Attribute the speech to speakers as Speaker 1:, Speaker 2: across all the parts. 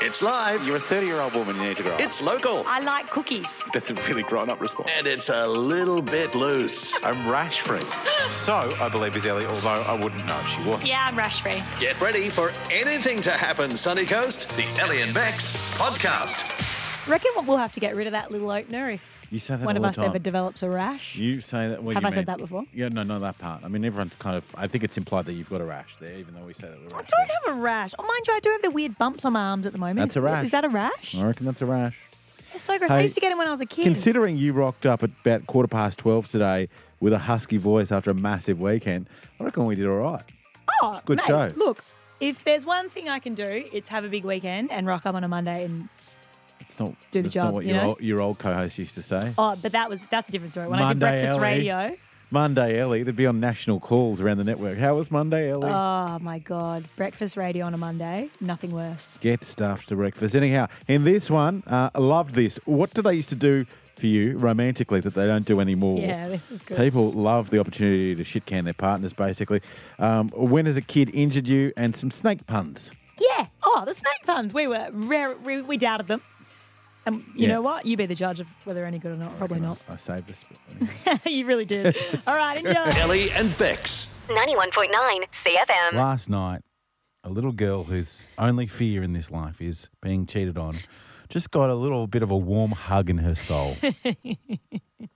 Speaker 1: It's live.
Speaker 2: You're a 30 year old woman. You need to grow up.
Speaker 1: It's local.
Speaker 3: I like cookies.
Speaker 2: That's a really grown up response.
Speaker 1: And it's a little bit loose.
Speaker 2: I'm rash free. So I believe is Ellie, although I wouldn't know if she was.
Speaker 3: Yeah, I'm rash free.
Speaker 1: Get ready for anything to happen, Sunny Coast. The Ellie and Bex podcast.
Speaker 3: Reckon what we'll have to get rid of that little opener if
Speaker 4: You say that
Speaker 3: one
Speaker 4: all
Speaker 3: of
Speaker 4: the
Speaker 3: us
Speaker 4: time.
Speaker 3: ever develops a rash.
Speaker 4: You say that. What do
Speaker 3: Have
Speaker 4: you
Speaker 3: I said
Speaker 4: mean?
Speaker 3: that before?
Speaker 4: Yeah, no, not that part. I mean, everyone kind of. I think it's implied that you've got a rash there, even though we say that we're.
Speaker 3: I don't have a rash. Oh, mind you, I do have the weird bumps on my arms at the moment.
Speaker 4: That's a rash.
Speaker 3: Is that a rash?
Speaker 4: I reckon that's a rash.
Speaker 3: It's so gross. I
Speaker 4: Hey,
Speaker 3: used to get it when I was a kid.
Speaker 4: Considering you rocked up at about quarter past twelve today with a husky voice after a massive weekend, I reckon we did all right.
Speaker 3: oh,
Speaker 4: good
Speaker 3: mate,
Speaker 4: show.
Speaker 3: Look, if there's one thing I can do, it's have a big weekend and rock up on a Monday. And
Speaker 4: It's not.
Speaker 3: Do the
Speaker 4: it's not
Speaker 3: job,
Speaker 4: what
Speaker 3: you
Speaker 4: your
Speaker 3: know?
Speaker 4: old, your old co-host used to say.
Speaker 3: oh, but that was that's a different story. When
Speaker 4: Monday
Speaker 3: I did breakfast
Speaker 4: Ellie.
Speaker 3: radio.
Speaker 4: Monday Ellie, they'd be on national calls around the network. How was Monday Ellie?
Speaker 3: Oh my god, breakfast radio on a Monday, nothing worse.
Speaker 4: Get stuff to breakfast. Anyhow, in this one, uh, I loved this. What do they used to do for you romantically that they don't do anymore?
Speaker 3: Yeah, this is good.
Speaker 4: People love the opportunity to shit can their partners, basically. Um, when has a kid injured you? And some snake puns.
Speaker 3: Yeah. Oh, the snake puns. We were rare, we, we doubted them. And you
Speaker 4: Yeah.
Speaker 3: know what? You be the judge of whether they're any good or not. Probably not.
Speaker 4: I saved this.
Speaker 3: you really did. All right, enjoy.
Speaker 1: Ellie and Bex.
Speaker 5: 91.9 CFM.
Speaker 4: Last night, a little girl whose only fear in this life is being cheated on just got a little bit of a warm hug in her soul.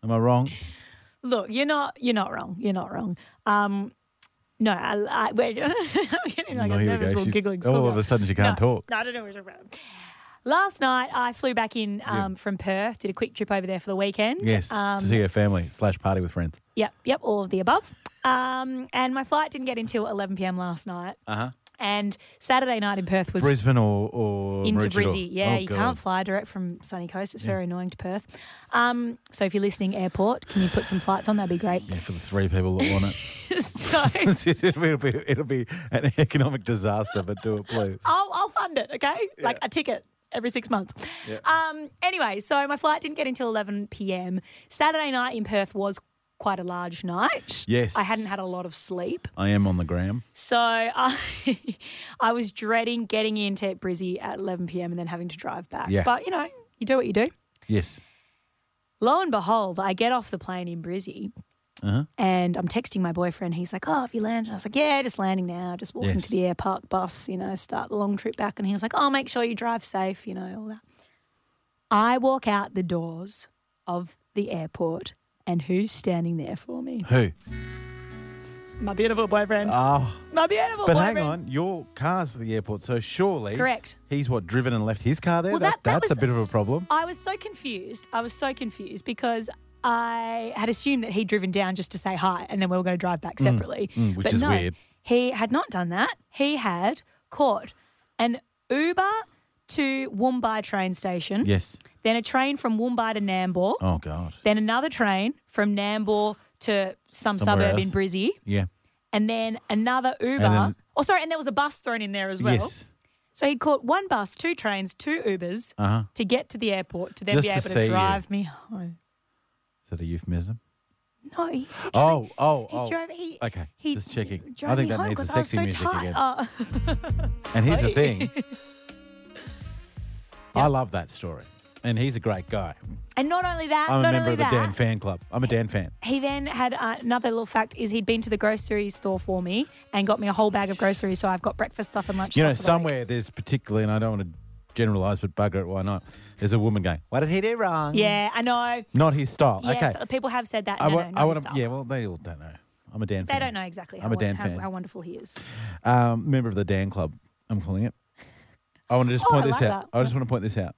Speaker 4: Am I wrong?
Speaker 3: Look, you're not you're not wrong. You're not wrong. Um, no, I, I wait. I'm getting like
Speaker 4: No, here
Speaker 3: a
Speaker 4: we go.
Speaker 3: nervous little
Speaker 4: She's-
Speaker 3: giggling.
Speaker 4: all
Speaker 3: schoolgirl.
Speaker 4: of a sudden she can't
Speaker 3: no,
Speaker 4: talk.
Speaker 3: No, I don't know what you're talking about. Last night I flew back in um, from Perth. Did a quick trip over there for the weekend.
Speaker 4: Yes.
Speaker 3: Um,
Speaker 4: to see her family slash party with friends.
Speaker 3: Yep, yep, all of the above. Um, and my flight didn't get until 11 p.m. last night. Uh huh. And Saturday night in Perth was
Speaker 4: Uh-huh. Brisbane or, or
Speaker 3: into
Speaker 4: Maroochydore?
Speaker 3: Brizzy. Yeah,
Speaker 4: Oh,
Speaker 3: you
Speaker 4: God.
Speaker 3: can't fly direct from sunny coast. It's very annoying to Perth. Um, so if you're listening, airport, can you put some flights on? That'd be great.
Speaker 4: Yeah, for the three people that want it.
Speaker 3: so
Speaker 4: it'll, be, it'll, be, it'll be an economic disaster, but do it, please.
Speaker 3: I'll, I'll fund it, okay? Like a ticket every six months. Um, anyway, so my flight didn't get until 11 p.m. Saturday night in Perth was quite a large night.
Speaker 4: Yes.
Speaker 3: I hadn't had a lot of sleep.
Speaker 4: I am on the gram.
Speaker 3: So I, I was dreading getting into Brizzy at 11 p.m. and then having to drive back.
Speaker 4: Yeah.
Speaker 3: But you know, you do what you do.
Speaker 4: Yes.
Speaker 3: Lo and behold, I get off the plane in Brizzy.
Speaker 4: Uh-huh.
Speaker 3: And I'm texting my boyfriend. He's like, "Oh, have you landed?" I was like, "Yeah, just landing now. Just walking
Speaker 4: Yes.
Speaker 3: to the air park bus. You know, start the long trip back." And he was like, "Oh, make sure you drive safe. You know, all that." I walk out the doors of the airport, and who's standing there for me?
Speaker 4: Who?
Speaker 3: My beautiful boyfriend.
Speaker 4: Oh.
Speaker 3: my beautiful
Speaker 4: But
Speaker 3: boyfriend.
Speaker 4: hang on, your car's at the airport, so surely.
Speaker 3: Correct.
Speaker 4: He's what, driven and left his car there?
Speaker 3: Well, that- that
Speaker 4: that's
Speaker 3: was-
Speaker 4: a bit of a problem.
Speaker 3: I was so confused. I was so confused because I had assumed that he'd driven down just to say hi and then we were going to drive back separately.
Speaker 4: Mm. which
Speaker 3: but
Speaker 4: is
Speaker 3: no,
Speaker 4: weird.
Speaker 3: He had not done that. He had caught an Uber to Woombai train station,
Speaker 4: Yes.
Speaker 3: then a train from Woombai to Nambour,
Speaker 4: Oh, God.
Speaker 3: then another train from Nambour to some
Speaker 4: Somewhere
Speaker 3: suburb in
Speaker 4: else.
Speaker 3: Brizzy,
Speaker 4: Yeah.
Speaker 3: and then another Uber.
Speaker 4: then-
Speaker 3: oh, sorry, and there was a bus thrown in there as well.
Speaker 4: Yes.
Speaker 3: So he'd caught one bus, two trains, two Ubers to get to the airport to then
Speaker 4: Uh-huh. Just
Speaker 3: be
Speaker 4: to
Speaker 3: able
Speaker 4: see
Speaker 3: to,
Speaker 4: you.
Speaker 3: drive me home.
Speaker 4: Is that a euphemism?
Speaker 3: No, he,
Speaker 4: Oh, oh,
Speaker 3: he
Speaker 4: oh.
Speaker 3: drove. He,
Speaker 4: okay,
Speaker 3: he
Speaker 4: just checking. I
Speaker 3: Drove
Speaker 4: think that
Speaker 3: me home
Speaker 4: needs a
Speaker 3: 'cause I was
Speaker 4: sexy
Speaker 3: so
Speaker 4: music
Speaker 3: tired.
Speaker 4: again.
Speaker 3: Oh,
Speaker 4: And here's the thing I love that story. And he's a great guy.
Speaker 3: and not only that,
Speaker 4: I'm a
Speaker 3: not
Speaker 4: member
Speaker 3: only
Speaker 4: of the
Speaker 3: that,
Speaker 4: Dan fan club. I'm a Dan fan.
Speaker 3: he then had uh, another little fact: is he'd been to the grocery store for me and got me a whole bag of groceries, so I've got breakfast stuff and lunch.
Speaker 4: You know,
Speaker 3: stuff for the week.
Speaker 4: somewhere there's particularly, and I don't want to generalize, but bugger it, why not? There's a woman going, "What did he do wrong?"
Speaker 3: Yeah, I know.
Speaker 4: not his style.
Speaker 3: Yes,
Speaker 4: okay,
Speaker 3: people have said that.
Speaker 4: I
Speaker 3: No,
Speaker 4: want,
Speaker 3: no,
Speaker 4: I
Speaker 3: no
Speaker 4: want to.
Speaker 3: stop.
Speaker 4: Yeah, well, they all don't know. I'm a Dan.
Speaker 3: They
Speaker 4: fan.
Speaker 3: don't know exactly how,
Speaker 4: I'm a
Speaker 3: won-
Speaker 4: Dan
Speaker 3: how,
Speaker 4: fan.
Speaker 3: how wonderful he is.
Speaker 4: Um, member of the Dan club. I'm calling it. I want to just
Speaker 3: Oh,
Speaker 4: point
Speaker 3: I
Speaker 4: this
Speaker 3: like
Speaker 4: out.
Speaker 3: that.
Speaker 4: I just want to point this out.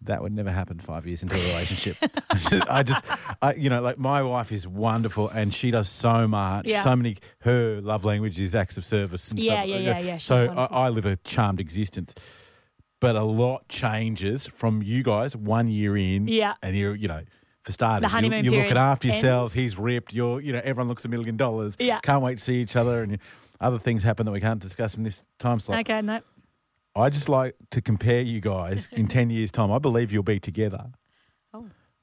Speaker 4: That would never happen five years into a relationship. I just, I just I, you know, like my wife is wonderful and she does so much.
Speaker 3: Yeah.
Speaker 4: So many, her love language is acts of service. And
Speaker 3: Yeah,
Speaker 4: so,
Speaker 3: yeah, yeah, yeah, she's
Speaker 4: So I,
Speaker 3: wonderful.
Speaker 4: I live a charmed existence. But a lot changes from you guys one year in.
Speaker 3: Yeah.
Speaker 4: And you're, you know, for starters,
Speaker 3: The honeymoon
Speaker 4: you, you're
Speaker 3: period
Speaker 4: looking after yourself.
Speaker 3: ends.
Speaker 4: He's ripped. You're, you know, everyone looks a million dollars.
Speaker 3: Yeah.
Speaker 4: Can't wait to see each other. And other things happen that we can't discuss in this time slot.
Speaker 3: okay, no.
Speaker 4: I just like to compare you guys in 10 years' time. I believe you'll be together.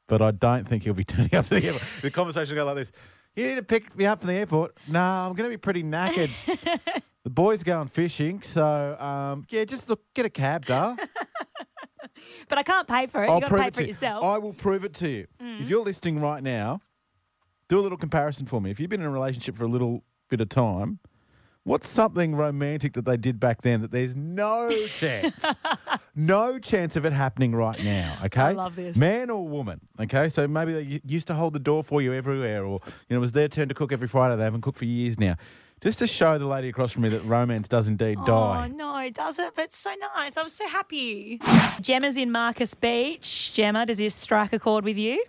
Speaker 4: But I don't think he'll be turning up to the airport. The conversation will go like this You need to pick me up from the airport. No, I'm going to be pretty knackered. The boys going fishing, so um, yeah, just look, get a cab, duh.
Speaker 3: But I can't pay for it.
Speaker 4: I'll
Speaker 3: you got to
Speaker 4: prove
Speaker 3: pay
Speaker 4: it
Speaker 3: for
Speaker 4: to
Speaker 3: it yourself. Mm.
Speaker 4: You. I will prove it to you. If you're listening right now, do a little comparison for me. If you've been in a relationship for a little bit of time, what's something romantic that they did back then that there's no chance, no chance of it happening right now? Okay,
Speaker 3: love this.
Speaker 4: Man or woman? Okay, so maybe they u- used to hold the door for you everywhere, or you know, it was their turn to cook every Friday. They haven't cooked for years now. Just to show the lady across from me that romance does indeed
Speaker 3: Oh
Speaker 4: die.
Speaker 3: no, it doesn't. But it's so nice. I was so happy. Gemma's in Marcus Beach. Gemma, does this strike a chord with you?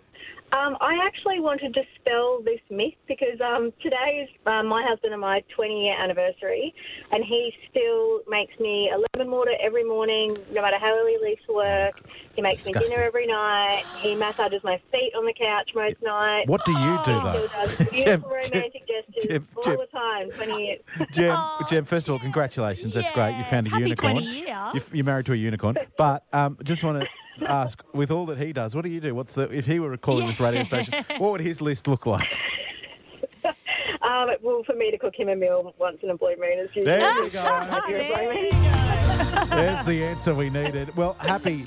Speaker 6: Um, I actually want to dispel this myth because um, today is uh, my husband and my 20 year anniversary, and he still makes me a lemon water every morning, no matter how early he leaves for work. He makes me
Speaker 4: disgusting.
Speaker 6: dinner every night. He massages my feet on the couch most nights.
Speaker 4: What do you do
Speaker 6: He
Speaker 4: though?
Speaker 6: still does beautiful
Speaker 4: Gem,
Speaker 6: romantic gestures
Speaker 4: Gem,
Speaker 6: all
Speaker 4: Gem.
Speaker 6: the time, 20 years.
Speaker 4: Jem,
Speaker 3: Oh,
Speaker 4: Jem, first of all, congratulations. That's great. You
Speaker 3: yes.
Speaker 4: found a
Speaker 3: Happy
Speaker 4: unicorn.
Speaker 3: 20 year.
Speaker 4: You- You're married to a unicorn. But um, just want to ask, with all that he does, what do you do? What's the if he were calling this radio station, what would his list look like?
Speaker 6: Um, well, for me to cook him a meal once in a blue moon is usually
Speaker 4: There you go.
Speaker 6: You're a blue moon.
Speaker 4: There's the answer we needed. Well, happy,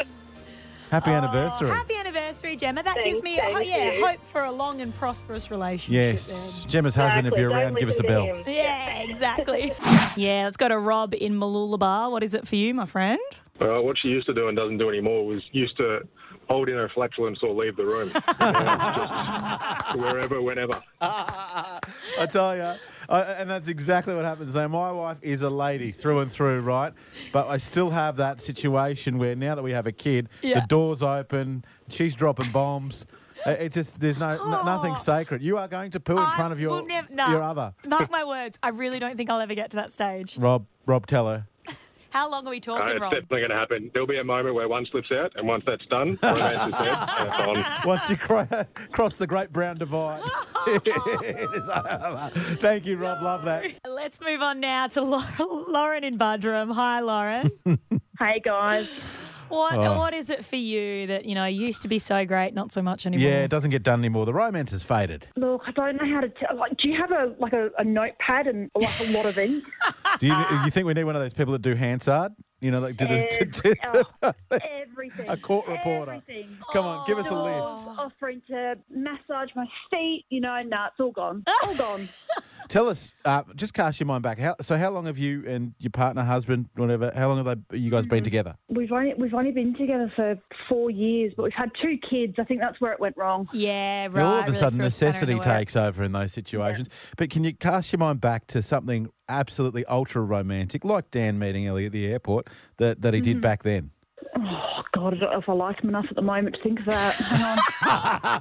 Speaker 4: happy anniversary.
Speaker 3: Happy anniversary, Gemma. That gives
Speaker 6: Thanks,
Speaker 3: me oh,
Speaker 6: thank
Speaker 3: yeah,
Speaker 6: you.
Speaker 3: hope for a long and prosperous relationship.
Speaker 4: yes, Gemma's husband. If
Speaker 6: Exactly.
Speaker 4: you're
Speaker 6: Don't
Speaker 4: around, give us a
Speaker 6: listen to
Speaker 4: bell.
Speaker 6: him.
Speaker 3: then. Yeah, exactly. yeah, let's go to Rob in Malulabar. What is it for you, my friend?
Speaker 7: Well, what she used to do and doesn't do anymore was used to hold in her flatulence or leave the room. You know, just wherever, whenever.
Speaker 4: I tell you, I, and that's exactly what happens. So my wife is a lady through and through, right? But I still have that situation where now that we have a kid,
Speaker 3: Yeah.
Speaker 4: the doors open, she's dropping bombs. Uh, It's just there's no, no- nothing
Speaker 3: Oh.
Speaker 4: sacred. You are going to poo in
Speaker 3: I
Speaker 4: front of your
Speaker 3: will nev- no.
Speaker 4: your other
Speaker 3: Mark my words. I really don't think I'll ever get to that stage.
Speaker 4: Rob Rob Teller.
Speaker 3: How long are we
Speaker 7: Uh,
Speaker 3: talking,
Speaker 7: it's
Speaker 3: Rob?
Speaker 7: definitely going to happen. There'll be a moment where one slips out, and once that's done, romance is dead, and it's on.
Speaker 4: Once you cry, cross the great brown divide, it is over. Thank you, Rob. Love that.
Speaker 3: Let's move on now to Lau- Lauren in Budrum. Hi, Lauren.
Speaker 8: Hey guys,
Speaker 3: What
Speaker 4: Oh.
Speaker 3: What is it for you that you know used to be so great, not so much anymore?
Speaker 4: Yeah, it doesn't get done anymore. The romance has faded.
Speaker 8: look, I don't know how to tell. Like, do you have a like a, a notepad and like a lot of ink?
Speaker 4: Do you, you think we need one of those people that do Hansard? You know, like do the,
Speaker 3: Eh,
Speaker 8: Ev- oh, everything.
Speaker 4: A court reporter.
Speaker 8: Everything.
Speaker 4: Come on, give
Speaker 3: Oh,
Speaker 4: us a list.
Speaker 8: Dogs offering to massage my feet. You know, nah, it's all gone. All gone.
Speaker 4: Tell us, uh, just cast your mind back. How, so, how long have you and your partner, husband, whatever? How long have they, you guys
Speaker 3: Mm.
Speaker 4: been together?
Speaker 8: We've only we've only been together for four years, but we've had two kids. I think that's where it went wrong.
Speaker 3: yeah, right.
Speaker 4: You know, all of a
Speaker 3: really
Speaker 4: sudden,
Speaker 3: threw a spanner in
Speaker 4: necessity
Speaker 3: the
Speaker 4: takes
Speaker 3: works.
Speaker 4: over in those situations. But can you cast your mind back to something absolutely ultra romantic, like Dan meeting Ellie at the airport that, that he
Speaker 3: Mm-hmm.
Speaker 4: did back then?
Speaker 8: Oh God, I don't know if I like him enough at the moment to think of that.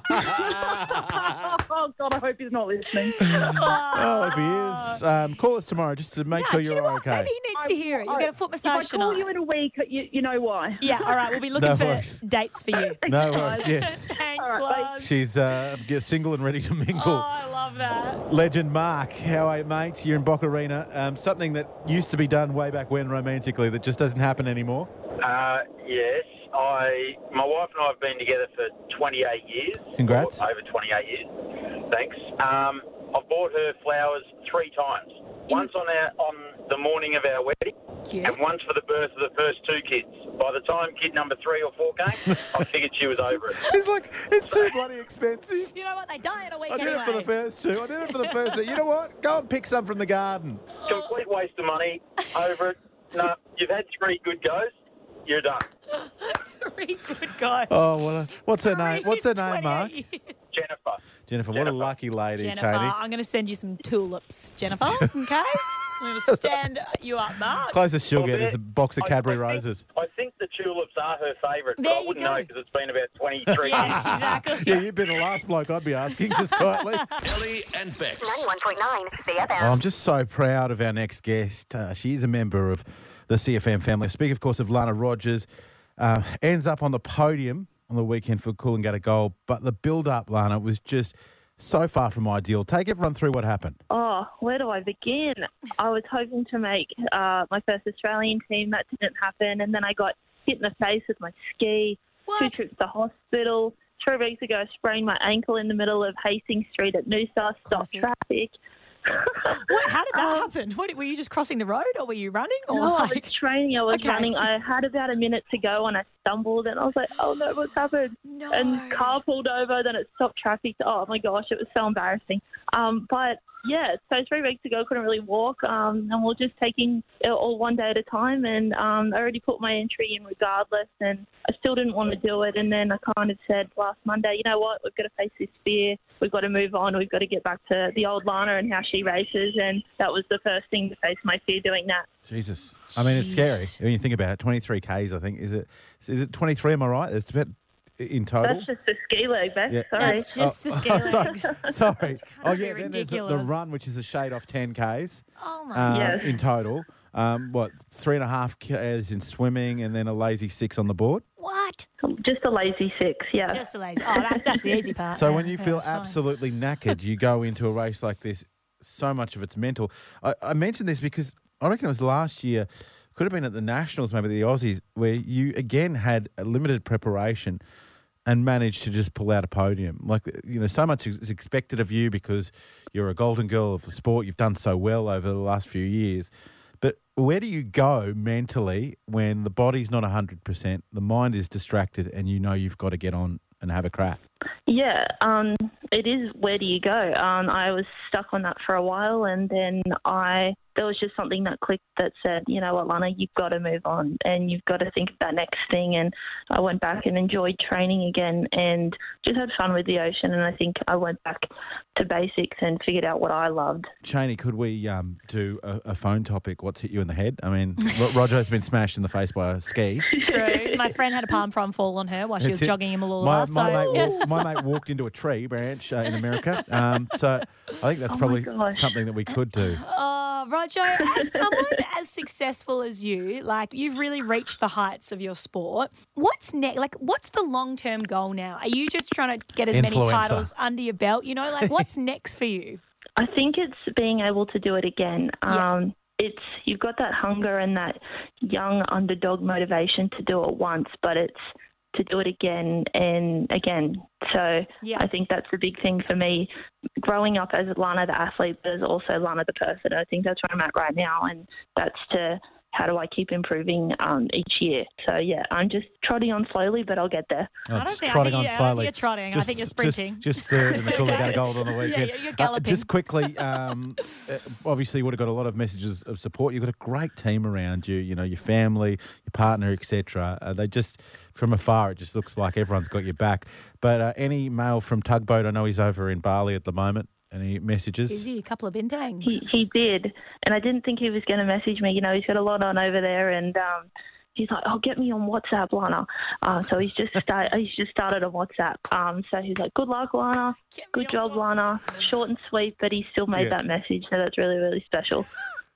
Speaker 8: Hang on. oh God, I hope he's not listening.
Speaker 4: Oh, if he is, um, call us tomorrow just to make
Speaker 3: Ah, Yeah,
Speaker 4: sure
Speaker 3: do
Speaker 4: you're
Speaker 3: you know what?
Speaker 4: okay.
Speaker 3: Maybe he needs to hear it. You get a foot massage
Speaker 8: If I call
Speaker 3: tonight.
Speaker 8: you in a week, you, you know why.
Speaker 3: yeah, all right. We'll be looking
Speaker 4: No
Speaker 3: for
Speaker 4: worries.
Speaker 3: dates for you.
Speaker 4: No worries. Yes,
Speaker 3: Thanks,
Speaker 8: All right,
Speaker 3: love.
Speaker 4: she's uh, get single and ready to mingle.
Speaker 3: Oh, I love that.
Speaker 4: Legend Mark, how are you, mate? You're in Bock Arena. Um, something that used to be done way back when romantically that just doesn't happen anymore.
Speaker 9: Uh, yes, I my wife and I have been together for 28 years.
Speaker 4: Congrats.
Speaker 9: Or Over 28 years. Thanks. Um, I've bought her flowers three times. Once on our on the morning of our wedding,
Speaker 3: Cute.
Speaker 9: and once for the birth of the first two kids. By the time kid number three or four came, I figured she was over it.
Speaker 4: It's like, it's too bloody expensive.
Speaker 3: You know what? They die in a week
Speaker 4: I did
Speaker 3: anyway.
Speaker 4: it for the first two. I did it for the first two. You know what? Go and pick some from the garden.
Speaker 9: Complete waste of money. Over it. No, you've had three good goes. You're done.
Speaker 3: Three good guys.
Speaker 4: Oh, what a, what's her name? What's her name, Mark?
Speaker 9: Jennifer.
Speaker 4: Jennifer, what a lucky lady,
Speaker 3: Jennifer,
Speaker 4: Cheney.
Speaker 3: I'm going to send you some tulips, Jennifer. Okay, I'm going to stand you up, Mark.
Speaker 4: Closest she'll
Speaker 9: Well,
Speaker 4: get is a
Speaker 9: there-
Speaker 4: box of
Speaker 9: I-
Speaker 4: Cadbury
Speaker 9: I think-
Speaker 4: roses.
Speaker 9: I think the tulips are her favourite, but
Speaker 3: There
Speaker 9: I
Speaker 3: you
Speaker 9: wouldn't
Speaker 3: go.
Speaker 9: know because it's been about 23 years.
Speaker 3: Yeah, exactly.
Speaker 4: Yeah, you'd be the last bloke I'd be asking, just quietly.
Speaker 1: Ellie and Bex.
Speaker 5: 91.9 CFM.
Speaker 4: Oh, I'm just so proud of our next guest. Uh, she is a member of the CFM family. I speak, of course, of Lana Rogers. Uh, ends up on the podium on the weekend for Coolangatta Gold, but the build-up, Lana, was just so far from ideal. Take everyone through what happened.
Speaker 8: Oh, where do I begin? I was hoping to make uh, my first Australian team. That didn't happen. And then I got hit in the face with my ski, two
Speaker 3: What?
Speaker 8: trips to hospital. Three weeks ago, I sprained my ankle in the middle of Hastings Street at Noosa, stop
Speaker 3: Classic.
Speaker 8: traffic.
Speaker 3: What, how did that happen? What, were you just crossing the road or were you running? Or
Speaker 8: Um, No, I was
Speaker 3: like,
Speaker 8: training. I was
Speaker 3: Okay.
Speaker 8: running. I had about a minute to go and I stumbled and I was like, oh no, what's happened?
Speaker 3: No.
Speaker 8: And car pulled over, then it stopped traffic. Oh my gosh, it was so embarrassing. Um, but yeah, so three weeks ago, I couldn't really walk. Um, and we're just taking it all one day at a time. And um, I already put my entry in regardless. And I still didn't want to do it. And then I kind of said last Monday, you know what? We've got to face this fear. We've got to move on. We've got to get back to the old Lana and how she races. And that was the first thing to face my fear doing that.
Speaker 4: Jesus. I mean, it's scary
Speaker 3: Jeez.
Speaker 4: when you think about it. 23 Ks, I think. Is it? Is it 23? Am I right? It's about in total.
Speaker 8: That's just the ski leg, Beth.
Speaker 4: Yeah.
Speaker 8: Sorry.
Speaker 3: That's just the
Speaker 4: Oh,
Speaker 3: scale.
Speaker 4: sorry. sorry. oh, yeah.
Speaker 3: be
Speaker 4: Then there's the, the
Speaker 3: ridiculous.
Speaker 4: run, which is a shade off 10 Ks
Speaker 3: Oh my
Speaker 4: um,
Speaker 8: Yes.
Speaker 4: in total. Um, what, three and a half Ks in swimming and then a lazy six on the board?
Speaker 3: What?
Speaker 8: Just a lazy six, yeah.
Speaker 3: Just a lazy. Oh, that's, that's the easy part.
Speaker 4: So
Speaker 3: Yeah,
Speaker 4: when you
Speaker 3: yeah,
Speaker 4: feel
Speaker 3: it's fine.
Speaker 4: absolutely knackered, you go into a race like this. So much of it's mental. I, I mentioned this because I reckon it was last year, could have been at the Nationals, maybe the Aussies, where you again had a limited preparation and managed to just pull out a podium. Like you know, so much is expected of you because you're a golden girl of the sport. You've done so well over the last few years. But where do you go mentally when the body's not 100%, the mind is distracted, and you know you've got to get on and have a crack?
Speaker 8: Yeah, um, it is. Where do you go? Um, I was stuck on that for a while, and then I there was just something that clicked that said, you know what, Lana, you've got to move on, and you've got to think of that next thing. And I went back and enjoyed training again, and just had fun with the ocean. And I think I went back to basics and figured out what I loved.
Speaker 4: Cheney, could we um, do a, a phone topic? What's hit you in the head? I mean, Ro- Roger's been smashed in the face by a ski.
Speaker 3: True. My friend had a palm frond fall on her while she
Speaker 4: That's
Speaker 3: was
Speaker 4: it.
Speaker 3: jogging in Malula.
Speaker 4: My,
Speaker 3: so
Speaker 4: my, mate, wa- my mate walked into a tree branch uh, in America. Um, so I think that's
Speaker 8: my
Speaker 4: probably
Speaker 8: gosh.
Speaker 4: something that we could do.
Speaker 3: Oh, Roger, as someone as successful as you, like you've really reached the heights of your sport. What's next? Like, what's the long term goal now? Are you just trying to get as many
Speaker 4: Influencer.
Speaker 3: titles under your belt? You know, like what's next for you?
Speaker 8: I think it's being able to do it again. Um, It's you've got that hunger and that young underdog motivation to do it once, but it's to do it again and again. So
Speaker 3: Yeah.
Speaker 8: I think that's the big thing for me. Growing up as Lana the athlete, but as also Lana the person. I think that's where I'm at right now, and that's to how do I keep improving um, each year. So yeah, I'm just trotting on slowly, but I'll get there.
Speaker 4: Oh,
Speaker 3: don't
Speaker 4: just
Speaker 3: think- I
Speaker 4: trotting
Speaker 3: think-
Speaker 4: on
Speaker 3: yeah, I don't think
Speaker 4: slowly.
Speaker 3: you're trotting. I think you're sprinting.
Speaker 4: Just, just third in the cooler got a gold on the
Speaker 3: yeah,
Speaker 4: weekend.
Speaker 3: you're
Speaker 4: Uh,
Speaker 3: galloping.
Speaker 4: just quickly, um, uh, obviously, you would have got a lot of messages of support. You've got a great team around you. You know, your family, your partner, etc. Uh, they just from afar, it just looks like everyone's got your back. But uh, any mail from Tugboat? I know he's over in Bali at the moment. Any messages?
Speaker 3: Is he a couple of bintangs?
Speaker 8: He, he did, and I didn't think he was going to message me. You know, he's got a lot on over there, and um, he's like, "Oh, get me on WhatsApp, Lana." Uh, so he's just start, he's just started on WhatsApp. Um, so he's like, "Good luck, Lana.
Speaker 3: Get me
Speaker 8: Good
Speaker 3: on
Speaker 8: job,
Speaker 3: WhatsApp."
Speaker 8: Lana." Short and sweet, but he still made
Speaker 4: Yeah.
Speaker 8: that message, so that's really really special.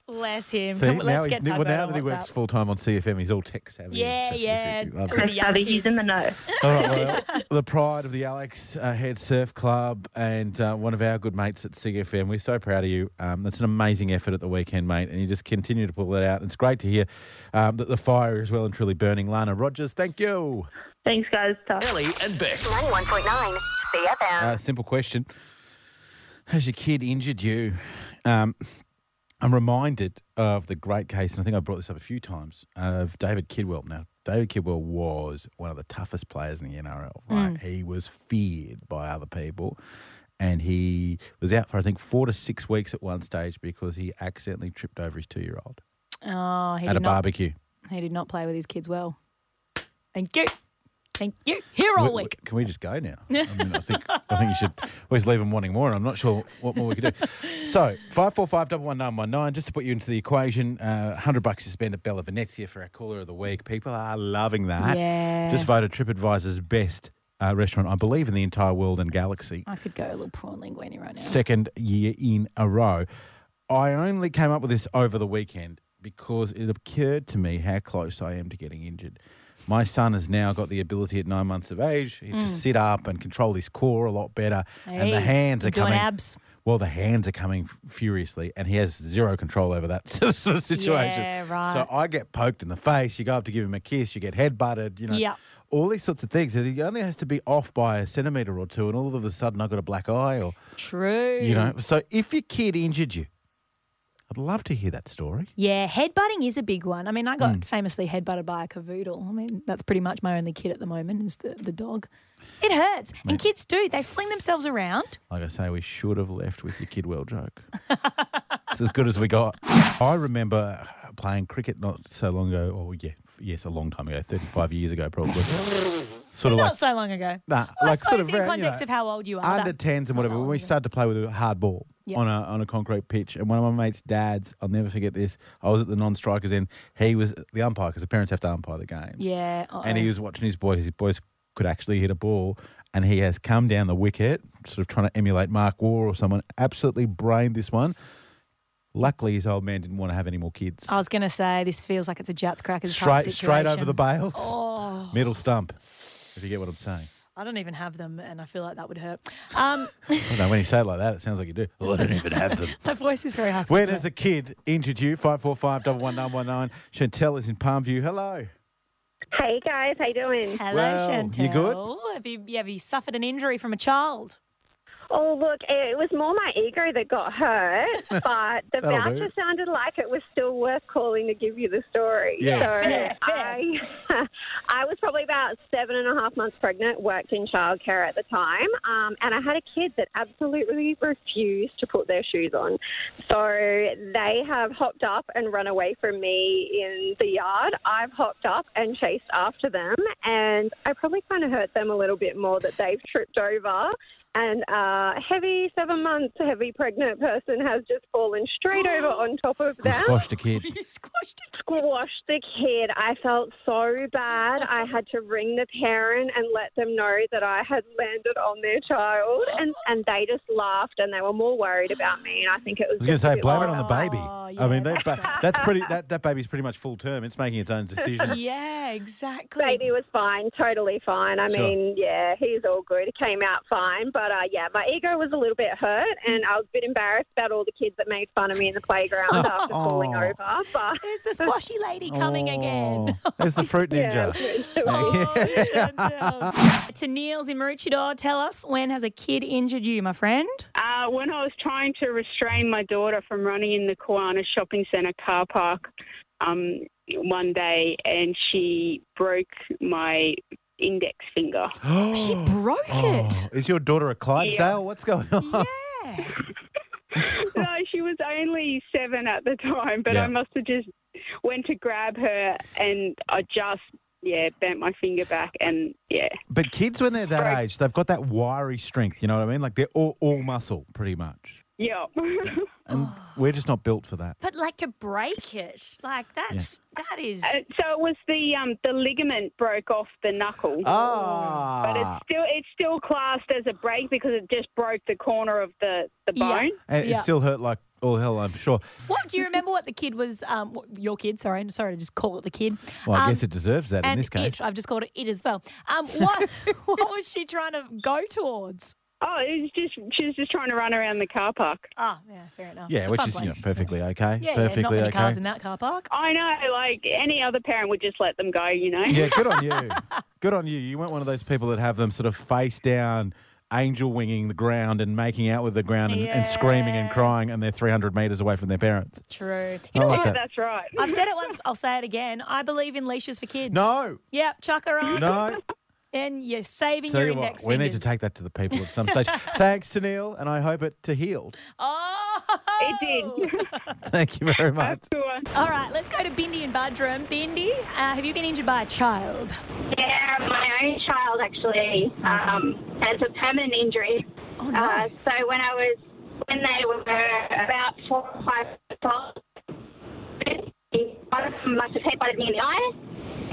Speaker 3: Bless him.
Speaker 4: See,
Speaker 3: Come on,
Speaker 4: now,
Speaker 3: let's
Speaker 4: he's,
Speaker 3: get
Speaker 4: well,
Speaker 3: Tugboat
Speaker 4: now
Speaker 3: on
Speaker 4: that he
Speaker 3: WhatsApp.
Speaker 4: works full time on CFM, he's all tech savvy. and
Speaker 3: Yeah,
Speaker 4: stuff. He's-
Speaker 3: yeah.
Speaker 4: he loves it.
Speaker 3: With the young
Speaker 8: Savvy, he's in the
Speaker 3: kids.
Speaker 8: know.
Speaker 4: All right, well, the pride of the Alex uh, Head Surf Club and uh, one of our good mates at CFM. We're so proud of you. Um, that's an amazing effort at the weekend, mate, and you just continue to pull it out. It's great to hear um, that the fire is well and truly burning. Lana Rogers, thank you.
Speaker 8: Thanks, guys. Tough.
Speaker 1: Ellie and Bex.
Speaker 5: 91.9 CFM.
Speaker 4: Uh, simple question: Has your kid injured you? Um, I'm reminded of the great case, and I think I brought this up a few times of David Kidwell. Now, David Kidwell was one of the toughest players in the NRL. Right,
Speaker 3: Hmm.
Speaker 4: he was feared by other people, and he was out for I think four to six weeks at one stage because he accidentally tripped over his two-year-old
Speaker 3: Oh, he
Speaker 4: at a
Speaker 3: did, not,
Speaker 4: barbecue.
Speaker 3: he did not play with his kids well. Thank you. Thank you. Here all
Speaker 4: We- we-
Speaker 3: week.
Speaker 4: Can we just go now? I mean, I think I think you should always leave them wanting more. And I'm not sure what more we could do. So five four five double one nine one nine. Just to put you into the equation, uh, hundred bucks you spend at Bella Venezia for our caller of the week. People are loving that.
Speaker 3: Yeah.
Speaker 4: Just voted TripAdvisor's best uh, restaurant, I believe, in the entire world and galaxy.
Speaker 3: I could go a little prawn linguine right now.
Speaker 4: Second year in a row. I only came up with this over the weekend because it occurred to me how close I am to getting injured. My son has now got the ability at nine months of age to sit up and control his core a lot better. and the
Speaker 3: Mm. Hey,
Speaker 4: hands are
Speaker 3: doing
Speaker 4: coming.
Speaker 3: abs.
Speaker 4: Well, the hands are coming f- furiously, and he has zero control over that sort of situation.
Speaker 3: Yeah, right.
Speaker 4: So I get poked in the face. You go up to give him a kiss. You get headbutted. You know,
Speaker 3: Yeah.
Speaker 4: all these sorts of things. And he only has to be off by a centimetre or two, and all of a sudden I've got a black eye or,
Speaker 3: True.
Speaker 4: you know. So if your kid injured you, I'd love to hear that story.
Speaker 3: Yeah, headbutting is a big one. I mean, I
Speaker 4: Hmm.
Speaker 3: got famously headbutted by a cavoodle. I mean, that's pretty much my only kid at the moment is the, the dog. It hurts. And kids do. They fling themselves around.
Speaker 4: Like I say, we should have left with your kid well joke. it's as good as we got. I remember playing cricket not so long ago, or yeah, yes, a long time ago, 35 years ago probably. sort of like,
Speaker 3: Not so long ago.
Speaker 4: nah,
Speaker 3: Well,
Speaker 4: like
Speaker 3: I suppose
Speaker 4: sort of
Speaker 3: in
Speaker 4: very, you
Speaker 3: context
Speaker 4: know,
Speaker 3: of how old you are.
Speaker 4: under
Speaker 3: that-
Speaker 4: tens
Speaker 3: it's
Speaker 4: and
Speaker 3: not
Speaker 4: whatever.
Speaker 3: that
Speaker 4: When
Speaker 3: long
Speaker 4: we
Speaker 3: ago.
Speaker 4: started to play with a hard ball
Speaker 3: Yeah.
Speaker 4: on a on a concrete pitch, and one of my mates' dads, I'll never forget this. I was at the non-strikers end. He was the umpire because the parents have to umpire the game.
Speaker 3: Yeah.
Speaker 4: And he
Speaker 3: uh-oh.
Speaker 4: was watching his boys. His boys could actually hit a ball, and he has come down the wicket, sort of trying to emulate Mark War or someone. Absolutely brained this one. Luckily, his old man didn't want to have any more kids.
Speaker 3: I was going to say, this feels like it's a Jats Crackers Oh, type
Speaker 4: straight,
Speaker 3: situation.
Speaker 4: straight over the bails,
Speaker 3: Oh,
Speaker 4: middle stump. If you get what I'm saying.
Speaker 3: I don't even have them, and I feel like that would hurt. Um,
Speaker 4: I don't know, when you say it like that, it sounds like you do. Oh, I don't even have them.
Speaker 3: my voice is very husky.
Speaker 4: Where
Speaker 3: today.
Speaker 4: there's a kid injured you, 545 11919. Chantel is in Palm View. Hello.
Speaker 6: Hey guys, how you doing?
Speaker 3: Hello,
Speaker 4: Well,
Speaker 3: Chantel.
Speaker 4: you good?
Speaker 3: Have you, have you suffered an injury from a child?
Speaker 6: Oh look, it was more my ego that got hurt, but the
Speaker 4: That'll
Speaker 6: voucher
Speaker 4: do.
Speaker 6: sounded like it was still worth calling to give you the story.
Speaker 4: Yes.
Speaker 6: So
Speaker 3: Fair,
Speaker 6: I, I was probably about seven and a half months pregnant, worked in childcare at the time, um, and I had a kid that absolutely refused to put their shoes on. So they have hopped up and run away from me in the yard. I've hopped up and chased after them, and I probably kind of hurt them a little bit more that they've tripped over. And a heavy seven months heavy pregnant person has just fallen straight over on top of
Speaker 4: You
Speaker 6: them
Speaker 4: squashed a kid.
Speaker 3: You squashed it.
Speaker 6: squashed the kid. I felt so bad. I had to ring the parent and let them know that I had landed on their child, and and they just laughed and they were more worried about me. And I think it
Speaker 4: I
Speaker 6: was.
Speaker 4: was going to
Speaker 6: just a
Speaker 4: say,
Speaker 6: bit
Speaker 4: blame it on
Speaker 6: like,
Speaker 4: the
Speaker 3: Oh,
Speaker 4: baby.
Speaker 3: yeah,
Speaker 4: I mean, that,
Speaker 3: that's
Speaker 4: ba-
Speaker 3: right.
Speaker 4: that's pretty. That, that baby's pretty much full term. It's making its own decisions.
Speaker 3: Yeah, exactly.
Speaker 6: Baby was fine, totally fine. I
Speaker 4: Sure.
Speaker 6: mean, yeah, he's all good. He came out fine, but uh, yeah, my ego was a little bit hurt, and I was a bit embarrassed about all the kids that made fun of me in the playground after falling
Speaker 4: Aw.
Speaker 6: over. But
Speaker 3: There's the squashy lady coming again.
Speaker 4: Oh, There's the fruit ninja.
Speaker 3: Oh, Chantel.
Speaker 4: Oh.
Speaker 3: Tennille's in Maroochydore. Tell us, when has a kid injured you, my friend?
Speaker 10: Uh, when I was trying to restrain my daughter from running in the Kiwana Shopping Centre car park um, one day, and she broke my index finger.
Speaker 3: She broke
Speaker 4: Oh, is your daughter a Clydesdale? What's going on?
Speaker 3: it. Yeah.
Speaker 10: no, she was only seven at the time, but
Speaker 4: Yeah.
Speaker 10: I must have just went to grab her, and I just yeah bent my finger back, and yeah,
Speaker 4: But kids, when they're that
Speaker 10: Broke.
Speaker 4: age, they've got that wiry strength. You know what I mean? Like they're all, all muscle, pretty much.
Speaker 10: yeah.
Speaker 4: And
Speaker 3: Oh.
Speaker 4: we're just not built for that.
Speaker 3: But like to break it, like that's that is.
Speaker 10: Uh, so it was the um, the ligament broke off the knuckle. But
Speaker 4: Ah.
Speaker 10: it's still it's still classed as a break because it just broke the corner of the, the
Speaker 3: Yeah.
Speaker 10: bone.
Speaker 4: And
Speaker 3: Yeah.
Speaker 4: it still hurt like all hell, I'm sure.
Speaker 3: What do you remember? What the kid was? Um, what, your kid? Sorry, sorry to just call it the kid.
Speaker 4: Well, I
Speaker 3: Um,
Speaker 4: guess it deserves that in
Speaker 3: and
Speaker 4: this case.
Speaker 3: it, I've just called it it as well. Um, what what was she trying to go towards?
Speaker 10: Oh, it was just she was just trying to run around the car park.
Speaker 3: Ah, yeah, fair enough.
Speaker 4: yeah,
Speaker 3: It's a
Speaker 4: which
Speaker 3: fun
Speaker 4: is you know,
Speaker 3: place.
Speaker 4: perfectly okay.
Speaker 3: Yeah,
Speaker 4: perfectly
Speaker 3: yeah, not many
Speaker 4: okay.
Speaker 3: cars in that car park.
Speaker 10: I know, like any other parent would just let them go, you know.
Speaker 4: yeah, good on you. Good on you. You weren't one of those people that have them sort of face down, angel winging the ground and making out with the ground and, and screaming and
Speaker 3: Yeah.
Speaker 4: crying, and they're 300 metres away from their parents.
Speaker 3: True.
Speaker 4: Oh, I
Speaker 3: You know
Speaker 4: like
Speaker 3: what?
Speaker 4: that.
Speaker 10: That's right.
Speaker 3: I've said it once. I'll say it again. I believe in leashes for kids.
Speaker 4: No,
Speaker 3: Yep, chuck her on.
Speaker 4: no.
Speaker 3: And you're saving
Speaker 4: Tell
Speaker 3: your
Speaker 4: you what,
Speaker 3: index
Speaker 4: we need to
Speaker 3: fingers.
Speaker 4: take that to the people at some stage. Thanks to Neil, and I hope it to healed.
Speaker 3: Oh,
Speaker 10: It did.
Speaker 4: Thank you very much.
Speaker 10: That's the one.
Speaker 3: All right, let's go to Bindi and Budrum. Bindi, uh, have you been injured by a child?
Speaker 6: Yeah, my own child actually um, has a permanent injury.
Speaker 3: Oh, no.
Speaker 6: Uh, so when I was when they were about four or five years old, one of them must have headbutted me in the eye,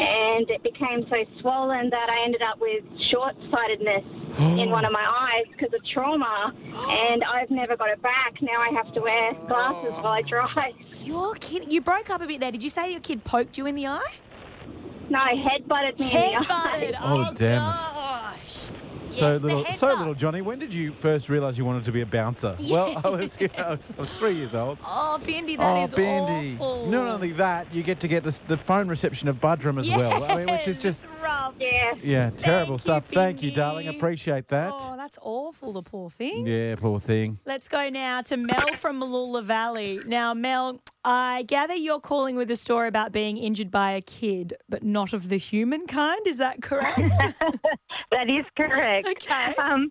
Speaker 6: and it became so swollen that I ended up with short sightedness in one of my eyes because of trauma, and I've never got it back. Now I have to wear glasses while I drive.
Speaker 3: Your kid, you broke up a bit there. Did you say your kid poked you in the eye?
Speaker 6: No, headbutted me in the eye.
Speaker 3: Headbutted.
Speaker 4: Oh, damn it.
Speaker 3: gosh.
Speaker 4: So
Speaker 3: Yes, the
Speaker 4: little,
Speaker 3: head
Speaker 4: so
Speaker 3: butt.
Speaker 4: little Johnny. When did you first realise you wanted to be a bouncer? Well, I was, yeah, I was, I was three years old.
Speaker 3: Oh, Bindi, that
Speaker 4: oh,
Speaker 3: is
Speaker 4: Bendy!
Speaker 3: awful.
Speaker 4: Not only that, you get to get the, the phone reception of Budrum as well, I mean, which is
Speaker 3: Yes,
Speaker 4: just
Speaker 3: love. Yeah.
Speaker 4: Yeah, terrible stuff. Thank you, darling. Appreciate that.
Speaker 3: Oh, that's awful, the poor thing.
Speaker 4: Yeah, poor thing.
Speaker 3: Let's go now to Mel from Malula Valley. Now, Mel, I gather you're calling with a story about being injured by a kid, but not of the human kind. Is that correct?
Speaker 6: that is correct.
Speaker 3: Okay.
Speaker 6: Um,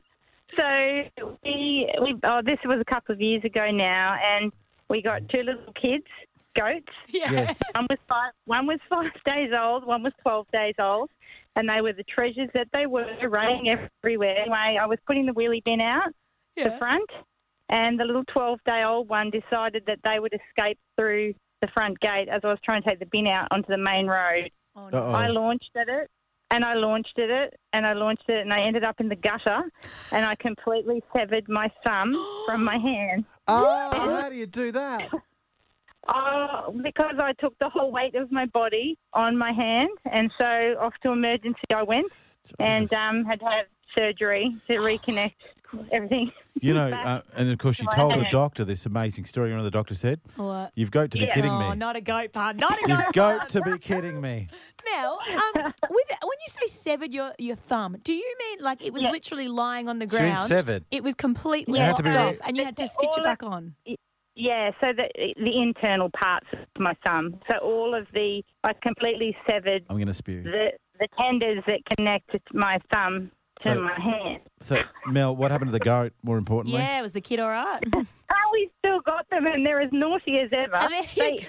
Speaker 6: so we, we oh, this was a couple of years ago now, and we got two little kids, goats.
Speaker 8: Yes.
Speaker 6: One was five. One was five days old. One was twelve days old, and they were the treasures that they were, running everywhere. Anyway, I was putting the wheelie bin out the front, and the little twelve-day-old one decided that they would escape through the front gate as I was trying to take the bin out onto the main road.
Speaker 3: Oh,
Speaker 8: no.
Speaker 4: Oh.
Speaker 8: Uh-oh.
Speaker 6: I launched at it and I launched at it and I launched it and I ended up in the gutter and I completely severed my thumb from my hand.
Speaker 4: Oh, how do you do that?
Speaker 6: Oh, because I took the whole weight of my body on my hand and so off to emergency I went and um, had to have surgery to reconnect everything.
Speaker 4: You know, uh, and of course, you
Speaker 6: Well,
Speaker 4: told the
Speaker 6: okay.
Speaker 4: doctor this amazing story. You know, what the doctor said,
Speaker 3: What?
Speaker 4: "You've got to be
Speaker 3: Yeah.
Speaker 4: kidding
Speaker 3: Oh,
Speaker 4: me.
Speaker 3: not a goat pun. Not a goat
Speaker 4: You've got to be kidding me."
Speaker 3: Mel, um, with, when you say severed your, your thumb, do you mean like it was literally lying on the
Speaker 4: She meant
Speaker 3: ground?
Speaker 4: severed.
Speaker 3: It was completely
Speaker 6: You had
Speaker 3: lopped
Speaker 6: to be
Speaker 3: off
Speaker 6: re-
Speaker 3: and you had to stitch it back on.
Speaker 6: Yeah, so the the internal parts of my thumb. So all of the I completely severed
Speaker 4: I'm going to spew.
Speaker 6: the the tenders that connect my thumb to
Speaker 4: So-
Speaker 6: my hand.
Speaker 4: So, Mel, what happened to the goat? More importantly,
Speaker 3: Yeah, was the kid all right?
Speaker 6: Oh, we still got them, and they're as naughty as ever. They eat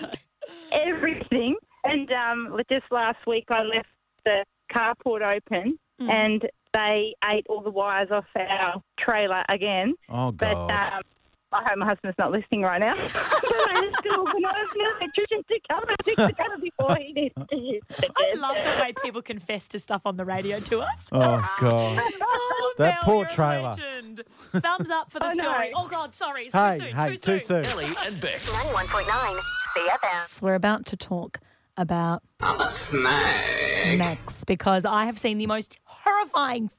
Speaker 6: everything. And um, just last week, I left the carport open,
Speaker 8: Mm.
Speaker 6: and they ate all the wires off our trailer again.
Speaker 4: Oh,
Speaker 6: But
Speaker 3: uh,
Speaker 8: God.
Speaker 6: um, I hope my husband's not listening right now. so I just organised an electrician to come and fix the gutter before he needs to use it again.
Speaker 3: I love the way people confess to stuff on the radio to us.
Speaker 4: Oh, God.
Speaker 3: Oh,
Speaker 4: That
Speaker 3: Mel,
Speaker 4: poor
Speaker 3: you're a
Speaker 4: trailer.
Speaker 3: legend. Thumbs up for the
Speaker 5: Oh, no.
Speaker 3: story. Oh God, sorry, it's
Speaker 4: Hey,
Speaker 3: too soon.
Speaker 4: hey,
Speaker 3: too
Speaker 4: too
Speaker 3: soon.
Speaker 4: soon.
Speaker 1: Ellie and Bex.
Speaker 5: 91.9 CFM.
Speaker 3: We're about to talk about
Speaker 5: I'm a snake.
Speaker 3: snacks because I have seen the most horrifying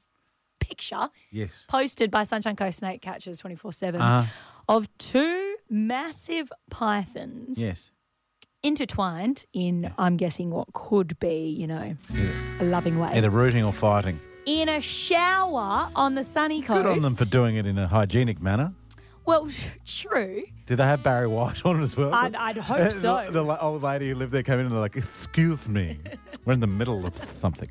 Speaker 3: picture
Speaker 4: Yes.
Speaker 3: posted by Sunshine Coast Snake Catchers 24 7
Speaker 4: Uh,
Speaker 3: of two massive pythons
Speaker 4: yes.
Speaker 3: intertwined in, I'm guessing, what could be, you know, a loving way.
Speaker 4: Either rooting or fighting.
Speaker 3: in a shower on the sunny coast.
Speaker 4: Good on them for doing it in a hygienic manner.
Speaker 3: Well, true.
Speaker 4: Did they have Barry White on as well?
Speaker 3: I'd- I'd hope
Speaker 4: The-
Speaker 3: so.
Speaker 4: The, la- old lady who lived there came in and they're like, "Excuse me, we're in the middle of something."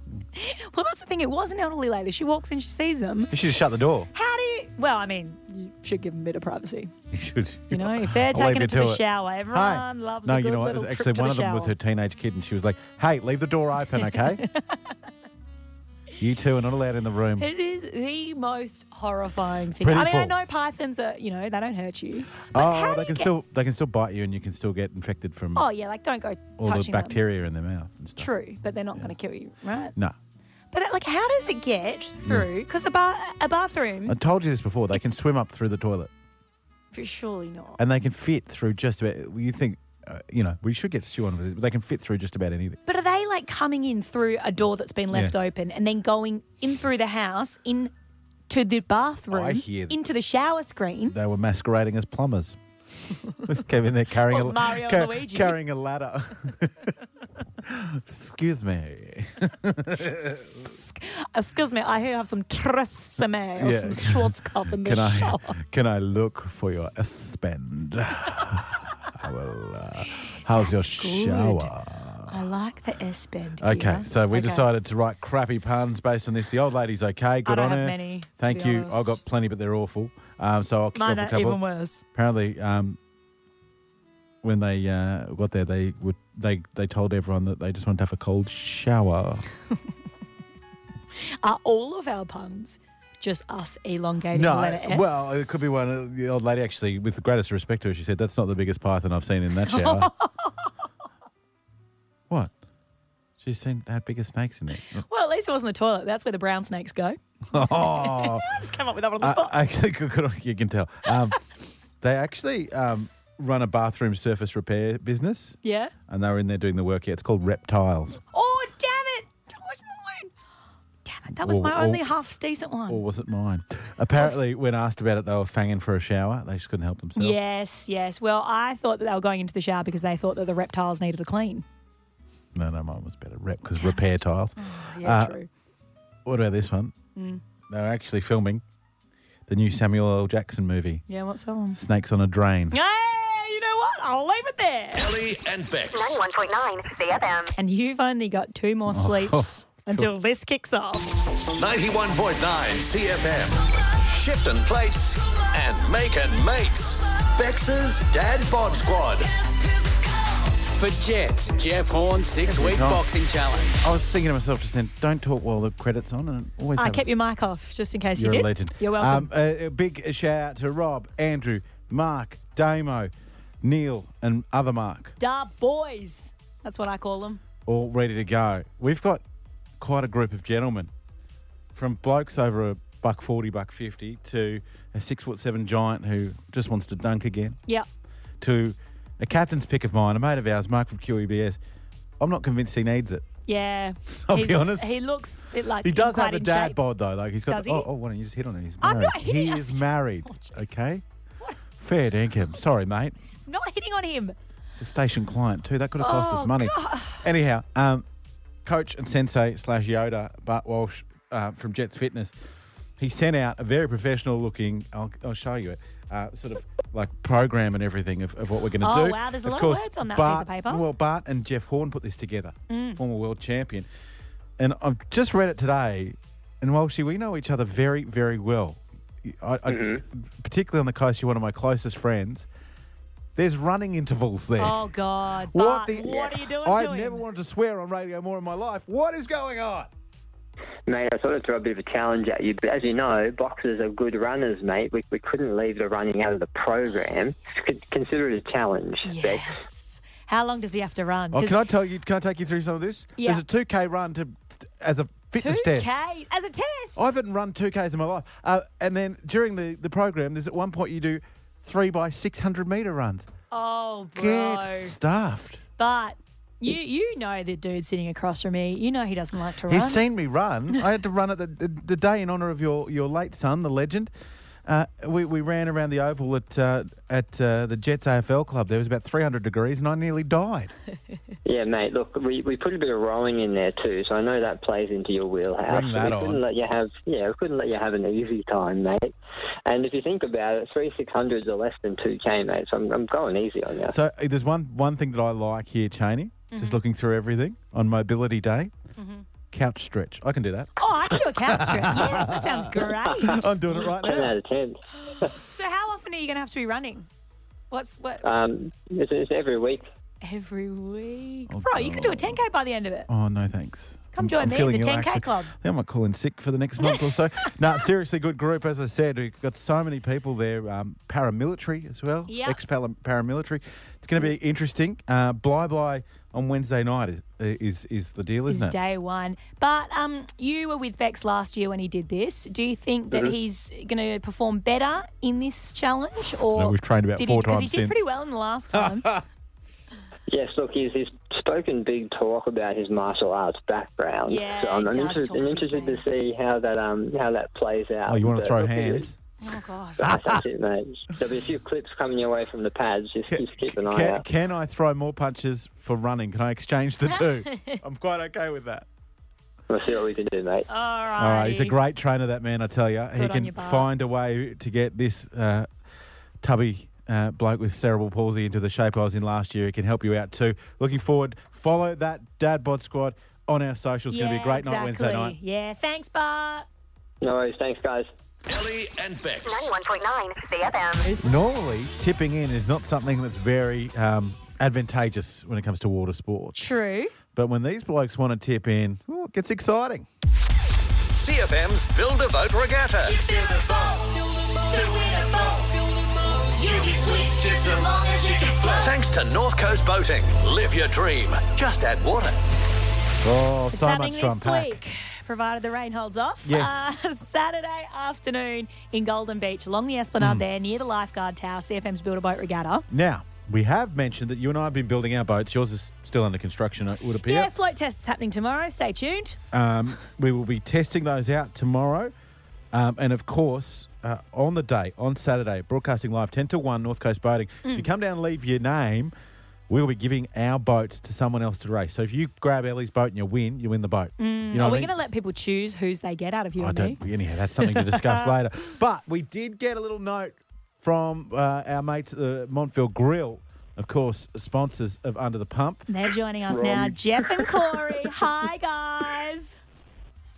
Speaker 3: Well, that's the thing. It was an elderly lady. She walks in, she sees them.
Speaker 4: You should have shut the door.
Speaker 3: How do you? Well, I mean, you should give them a bit of privacy.
Speaker 4: You should.
Speaker 3: You know, if they're
Speaker 4: I'll leave
Speaker 3: taking
Speaker 4: you
Speaker 3: it to,
Speaker 4: to
Speaker 3: the
Speaker 4: it.
Speaker 3: shower, everyone
Speaker 4: Hi.
Speaker 3: loves
Speaker 4: no,
Speaker 3: a good
Speaker 4: you know what? It
Speaker 3: little
Speaker 4: was
Speaker 3: trip
Speaker 4: actually
Speaker 3: to
Speaker 4: one
Speaker 3: the
Speaker 4: of them was
Speaker 3: shower.
Speaker 4: her teenage kid, and she was like, "Hey, leave the door open, okay? you two are not allowed in the room."
Speaker 3: It is the most horrifying thing. I mean, I
Speaker 4: Pitiful.
Speaker 3: know pythons are, you know, they don't hurt you.
Speaker 4: oh, they can still they can still bite you, and you can still get infected from
Speaker 3: Oh, yeah, like don't go
Speaker 4: all the
Speaker 3: touching them.
Speaker 4: bacteria in their mouth. and stuff.
Speaker 3: True, but they're not going to kill you, right?
Speaker 4: No,
Speaker 3: But uh, like, how does it get through?
Speaker 4: Mm.
Speaker 3: Because a, ba- a bathroom,
Speaker 4: I told you this before. They can swim up through the toilet,
Speaker 3: for surely not.
Speaker 4: and they can fit through just about. You think, uh, you know, we should get Stu on with it. But they can fit through just about anything.
Speaker 3: But are they like coming in through a door that's been left
Speaker 4: Yeah.
Speaker 3: open and then going in through the house in to the bathroom,
Speaker 4: I hear them.
Speaker 3: into the shower screen?
Speaker 4: They were masquerading as plumbers. Just came in there carrying
Speaker 3: What,
Speaker 4: a
Speaker 3: Mario and
Speaker 4: car-
Speaker 3: Luigi?
Speaker 4: carrying a ladder. Excuse me.
Speaker 3: Excuse me, I hear you have some tresemme or
Speaker 4: Yeah.
Speaker 3: some Schwarzkopf in the
Speaker 4: Can I
Speaker 3: shower.
Speaker 4: can I look for your spend? I will. Uh, how's your shower?
Speaker 3: I like the S bend.
Speaker 4: Okay, so we decided to write crappy puns based on this. The old lady's okay. Good
Speaker 3: don't
Speaker 4: on
Speaker 3: have
Speaker 4: her.
Speaker 3: many, to
Speaker 4: Thank
Speaker 3: be
Speaker 4: you. I've
Speaker 3: honest.
Speaker 4: got plenty, but they're awful. Um, so I'll kick off
Speaker 3: Mine are
Speaker 4: a couple.
Speaker 3: even worse.
Speaker 4: Apparently, um, when they uh, got there, they would they they told everyone that they just wanted to have a cold shower.
Speaker 3: Are all of our puns just us elongating the letter S?
Speaker 4: well, it could be one. uh, The old lady actually, with the greatest respect to her, she said, "That's not the biggest python I've seen in that shower." what? She's seen had bigger snakes in it.
Speaker 3: Well, at least it wasn't the toilet. That's where the brown snakes go.
Speaker 4: oh.
Speaker 3: I just came up with that one on the
Speaker 4: Uh,
Speaker 3: spot.
Speaker 4: actually, good, good on you can tell. Um, they actually um, run a bathroom surface repair business,
Speaker 3: Yeah.
Speaker 4: and they were in there doing the work. Yeah, it's called Reptiles,
Speaker 3: Oh, damn it! That was mine. Damn it! That was
Speaker 4: Or-
Speaker 3: my
Speaker 4: or-
Speaker 3: only half decent one.
Speaker 4: or was it mine? Apparently, when asked about it, they were fanging for a shower. They just couldn't help themselves.
Speaker 3: Yes, yes. Well, I thought that they were going into the shower because they thought that the reptiles needed a clean.
Speaker 4: No, no, mine was better. Rep because repair tiles.
Speaker 3: yeah,
Speaker 4: Uh,
Speaker 3: true.
Speaker 4: What about this one?
Speaker 3: Oh. Mm.
Speaker 4: They're actually filming the new Samuel L. Jackson movie,
Speaker 3: Yeah, what's that one?
Speaker 4: Snakes on a Drain.
Speaker 3: Hey, you know what? I'll leave it there.
Speaker 1: Ellie and Bex.
Speaker 5: 91.9 CFM.
Speaker 3: And you've only got two
Speaker 4: Oh,
Speaker 3: more sleeps until this kicks off.
Speaker 1: 91.9 CFM. Shifting plates and making mates. Bex's Dad Bod Squad.
Speaker 11: For Jets, Jeff Horn's six week
Speaker 4: Tom.
Speaker 11: boxing challenge.
Speaker 4: I was thinking to myself just then, don't talk while the credits on, and it always.
Speaker 3: I
Speaker 4: happens.
Speaker 3: kept your mic off just in case
Speaker 4: You're
Speaker 3: you
Speaker 4: a
Speaker 3: did.
Speaker 4: legend.
Speaker 3: You're welcome.
Speaker 4: Um, a, a big shout out to Rob, Andrew, Mark, Damo, Neil, and other Mark,
Speaker 3: da boys. That's what I call them.
Speaker 4: all ready to go. We've got quite a group of gentlemen, from blokes over a buck forty, buck fifty, to a six foot seven giant who just wants to dunk again,
Speaker 3: Yep.
Speaker 4: to a captain's pick of mine, a mate of ours, Mark from QEBS. I'm not convinced he needs it.
Speaker 3: Yeah.
Speaker 4: I'll be
Speaker 3: He's-
Speaker 4: honest.
Speaker 3: He looks it like
Speaker 4: He does
Speaker 3: quite
Speaker 4: have a
Speaker 3: in
Speaker 4: dad
Speaker 3: shape.
Speaker 4: bod though. Like he's got.
Speaker 3: Does
Speaker 4: the-
Speaker 3: he?
Speaker 4: Oh, oh, why don't you just hit on it? He's married.
Speaker 3: I'm not hitting Oh,
Speaker 4: he
Speaker 3: on
Speaker 4: is married. okay. Fair dinkum. Sorry, mate.
Speaker 3: Not hitting on him.
Speaker 4: It's a station client too. That could have cost
Speaker 3: Oh,
Speaker 4: us money.
Speaker 3: God.
Speaker 4: Anyhow, um, coach and sensei slash Yoda Bart Walsh uh, from Jets Fitness, he sent out a very professional looking. I'll, I'll show you it. Uh, sort of like program and everything of, of what we're going to
Speaker 3: Oh,
Speaker 4: do.
Speaker 3: wow, there's a
Speaker 4: Of
Speaker 3: lot of
Speaker 4: course,
Speaker 3: words on that piece
Speaker 4: Bart,
Speaker 3: of paper.
Speaker 4: Well, Bart and Jeff Horn put this together,
Speaker 3: Mm.
Speaker 4: former world champion, and I've just read it today. And Walshy, we know each other very, very well. I, I, Particularly on the coast, you're one of my closest friends. There's running intervals there.
Speaker 3: Oh God. Bart,
Speaker 4: What
Speaker 3: what,
Speaker 4: the-
Speaker 3: are you doing
Speaker 4: I've
Speaker 3: to him?
Speaker 4: never wanted to swear on radio more in my life. What is going on?
Speaker 12: Mate, I sort of threw a bit of a challenge at you, but as you know, boxers are good runners, mate. We, we couldn't leave the running out of the program. Con- Consider it a challenge,
Speaker 3: Bex. How long does he have to run?
Speaker 4: Oh, can I tell you? Can I take you through some of this?
Speaker 3: Yeah.
Speaker 4: There's a 2K run to as a fitness
Speaker 3: two
Speaker 4: test.
Speaker 3: Ks as a test.
Speaker 4: I haven't run 2Ks in my life. Uh, and then during the, the program, there's at one point you do three by 600 meter runs.
Speaker 3: Oh, bro.
Speaker 4: Get stuffed.
Speaker 3: But you you know the dude sitting across from me. You know he doesn't like to run.
Speaker 4: He's seen me run. I had to run at the, the, the day in honour of your, your late son, the legend. Uh, we, we ran around the oval at uh, at uh, the Jets AFL club. There was about 300 degrees, and I nearly died.
Speaker 12: Yeah, mate. Look, we, we put a bit of rowing in there too, so I know that plays into your wheelhouse.
Speaker 4: Bring that
Speaker 12: we couldn't
Speaker 4: on.
Speaker 12: let you have yeah, we couldn't let you have an easy time, mate. And if you think about it, three six hundreds are less than two k, mate. So I'm, I'm going easy on you.
Speaker 4: So uh, there's one one thing that I like here, Cheney.
Speaker 3: Mm-hmm.
Speaker 4: Just looking through everything on Mobility Day. Couch stretch. I can do that.
Speaker 3: Oh, I can do a couch stretch. yes, that sounds great.
Speaker 4: I'm doing it right now.
Speaker 12: Ten out of ten.
Speaker 3: So how often are you going to have to be running? What's what?
Speaker 9: Uh,
Speaker 12: Um, it's, it's every week.
Speaker 3: Every week, bro. You could do a 10k by the end of it.
Speaker 4: Oh no, thanks.
Speaker 3: Come join me at
Speaker 4: feeling
Speaker 3: the
Speaker 4: ill,
Speaker 3: 10K
Speaker 4: actually.
Speaker 3: club.
Speaker 4: I think I might call in sick for the next month or so. no, seriously, good group. As I said, we've got so many people there. Um, paramilitary as well.
Speaker 13: Yep.
Speaker 4: Ex paramilitary. It's going to be interesting. Uh, Bly Bly on Wednesday night is is, is the deal,
Speaker 3: Is
Speaker 4: isn't it?
Speaker 3: day one, but um, you were with Bex last year when he did this. Do you think that
Speaker 4: Mhm.
Speaker 3: he's going to perform better in this challenge, or
Speaker 4: No, we've trained about
Speaker 3: did
Speaker 4: four
Speaker 3: he, 'cause
Speaker 4: times
Speaker 3: he did pretty
Speaker 4: since.
Speaker 3: well in the last time.
Speaker 12: Yes, look, he's, he's spoken big talk about his martial arts background.
Speaker 3: Yeah,
Speaker 12: so I'm,
Speaker 3: he
Speaker 12: I'm
Speaker 3: does
Speaker 12: interested,
Speaker 3: talk
Speaker 12: I'm interested to see how that um how that plays out.
Speaker 4: Oh, you want
Speaker 12: But
Speaker 4: to throw
Speaker 12: look,
Speaker 4: hands?
Speaker 3: oh God.
Speaker 12: That's, that's it, mate. There'll be a few clips coming your way from the pads. Just, just keep an eye
Speaker 4: Can,
Speaker 12: out.
Speaker 4: can I throw more punches for running? Can I exchange the two? I'm quite okay with that.
Speaker 12: We'll see what we can do, mate.
Speaker 3: Oh.
Speaker 12: All
Speaker 4: All right, he's a great trainer, that man. I tell you, he
Speaker 12: Good on
Speaker 4: can
Speaker 12: you, Bart.
Speaker 4: find a way to get this uh, tubby uh, bloke with cerebral palsy into the shape I was in last year. He can help you out too. Looking forward. Follow that Dad Bod Squad on our socials. It's going to be a
Speaker 3: Yeah,
Speaker 4: great night Wednesday
Speaker 3: exactly.
Speaker 4: night.
Speaker 3: Yeah, thanks, Bart.
Speaker 12: No worries. Thanks, guys.
Speaker 1: Ellie and Bex.
Speaker 5: 91.9 CFM.
Speaker 4: Normally, tipping in is not something that's very um, advantageous when it comes to water sports.
Speaker 3: True.
Speaker 4: But when these blokes want to tip in, ooh, it gets exciting.
Speaker 1: CFM's Build a Boat Regatta. Thanks to North Coast Boating. Live your dream. Just add water.
Speaker 4: Oh,
Speaker 3: It's
Speaker 4: so
Speaker 3: happening
Speaker 4: much to
Speaker 3: this
Speaker 4: unpack.
Speaker 3: week, provided the rain holds off.
Speaker 4: Yes.
Speaker 3: Uh, Saturday afternoon in Golden Beach, along the Esplanade
Speaker 4: Mm.
Speaker 3: there, near the lifeguard tower, CFM's Build a Boat Regatta.
Speaker 4: Now, we have mentioned that you and I have been building our boats. Yours is still under construction, it would appear.
Speaker 3: Yeah, float test's happening tomorrow. Stay tuned.
Speaker 4: Um, we will be testing those out tomorrow. Um, and of course, uh, on the day, on Saturday, broadcasting live 10 to 1, North Coast Boating. If you
Speaker 3: Mm.
Speaker 4: come down and leave your name, we'll be giving our boats to someone else to race. So if you grab Ellie's boat and you win, you win the boat.
Speaker 3: Mm,
Speaker 4: you know
Speaker 3: are
Speaker 4: what
Speaker 3: we
Speaker 4: I mean?
Speaker 3: going to let people choose whose they get out of you
Speaker 4: I
Speaker 3: and me?
Speaker 4: don't. Anyhow, that's something to discuss later. But we did get a little note from uh, our mate, uh, Montville Grill, of course, sponsors of Under the Pump.
Speaker 3: They're joining us
Speaker 4: Wrong.
Speaker 3: now. Jeff and Corey. Hi, guys.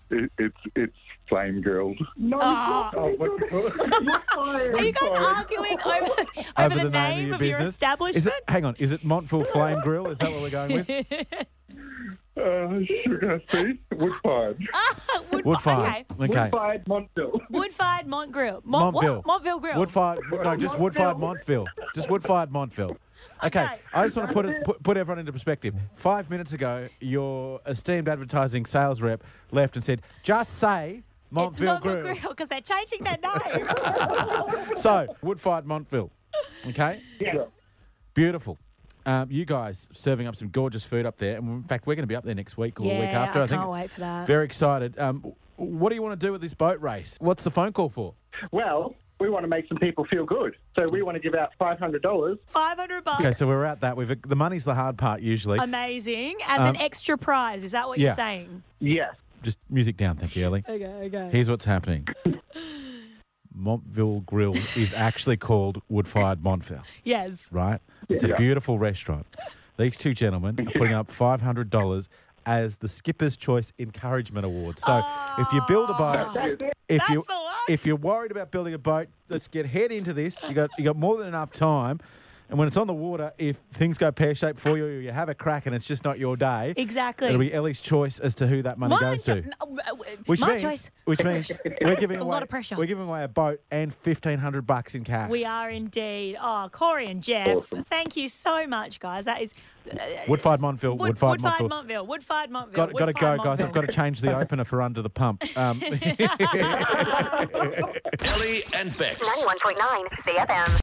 Speaker 13: It, it's it's flame grilled.
Speaker 3: No,
Speaker 13: Oh, what
Speaker 3: Are you guys arguing over, over, the, name, of your,
Speaker 4: business.
Speaker 3: establishment?
Speaker 4: Is it, hang on, is it Montville Flame Grill? Is that what we're going with?
Speaker 13: Uh, sugar feet, wood fine.
Speaker 4: Woodfire. Okay.
Speaker 13: Wood Montville.
Speaker 3: Wood-fired Mont Grill. Mont,
Speaker 4: Montville.
Speaker 3: What? Montville Grill.
Speaker 4: Woodfired. No, just Woodfired Montville. Just Woodfired Montville. Okay, I just want to put, us, put put everyone into perspective. Five minutes ago, your esteemed advertising sales rep left and said, "Just say Montville Grill."
Speaker 3: because they're changing their name.
Speaker 4: So Woodfired Montville. Okay.
Speaker 13: Yeah.
Speaker 4: Beautiful. Um, you guys serving up some gorgeous food up there, and in fact, we're going to be up there next week or the week
Speaker 3: Yeah,
Speaker 4: after.
Speaker 3: I
Speaker 4: I, think.
Speaker 3: can't wait for that.
Speaker 4: Very excited. Um, w- what do you want to do with this boat race? What's the phone call for?
Speaker 14: Well, we want to make some people feel good, so we want to give out five hundred dollars.
Speaker 3: Five hundred bucks.
Speaker 4: Okay, so we're at that. We've the money's the hard part usually.
Speaker 3: Amazing. As
Speaker 4: Um,
Speaker 3: an extra prize, is that what
Speaker 4: yeah.
Speaker 3: you're saying?
Speaker 4: Yes. Just music down, thank you, Ellie.
Speaker 3: Okay, okay.
Speaker 4: Here's what's happening. Montville Grill is actually called Woodfired Montville,
Speaker 3: Yes.
Speaker 4: right? It's a
Speaker 3: Yeah.
Speaker 4: beautiful restaurant. These two gentlemen are putting up five hundred dollars as the Skipper's Choice Encouragement Award. So if you build a boat,
Speaker 13: That's it.
Speaker 4: if you if you're worried about building a boat, let's get head into this. You got you got more than enough time. And when it's on the water, if things go pear shaped for you, you have a crack, and it's just not your day.
Speaker 3: Exactly.
Speaker 4: It'll be Ellie's choice as to who that money
Speaker 3: Mine
Speaker 4: goes to.
Speaker 3: jo- no, uh, w-
Speaker 4: Which
Speaker 3: my
Speaker 4: means,
Speaker 3: choice.
Speaker 4: Which means we're giving
Speaker 3: It's a
Speaker 4: away,
Speaker 3: lot of pressure.
Speaker 4: We're giving away a boat and fifteen hundred bucks in cash.
Speaker 3: We are indeed. Oh, Corey and Jeff, thank you so much, guys. That is uh,
Speaker 4: Woodfired Montville.
Speaker 3: Wood-
Speaker 4: Woodfired Montville.
Speaker 3: Woodfied Montville. Woodfired Montville.
Speaker 4: Got got to go,
Speaker 3: Woodfired
Speaker 4: guys. I've got to change the opener for under the pump. Um,
Speaker 1: Ellie and Bex.
Speaker 5: 91.9 CFM.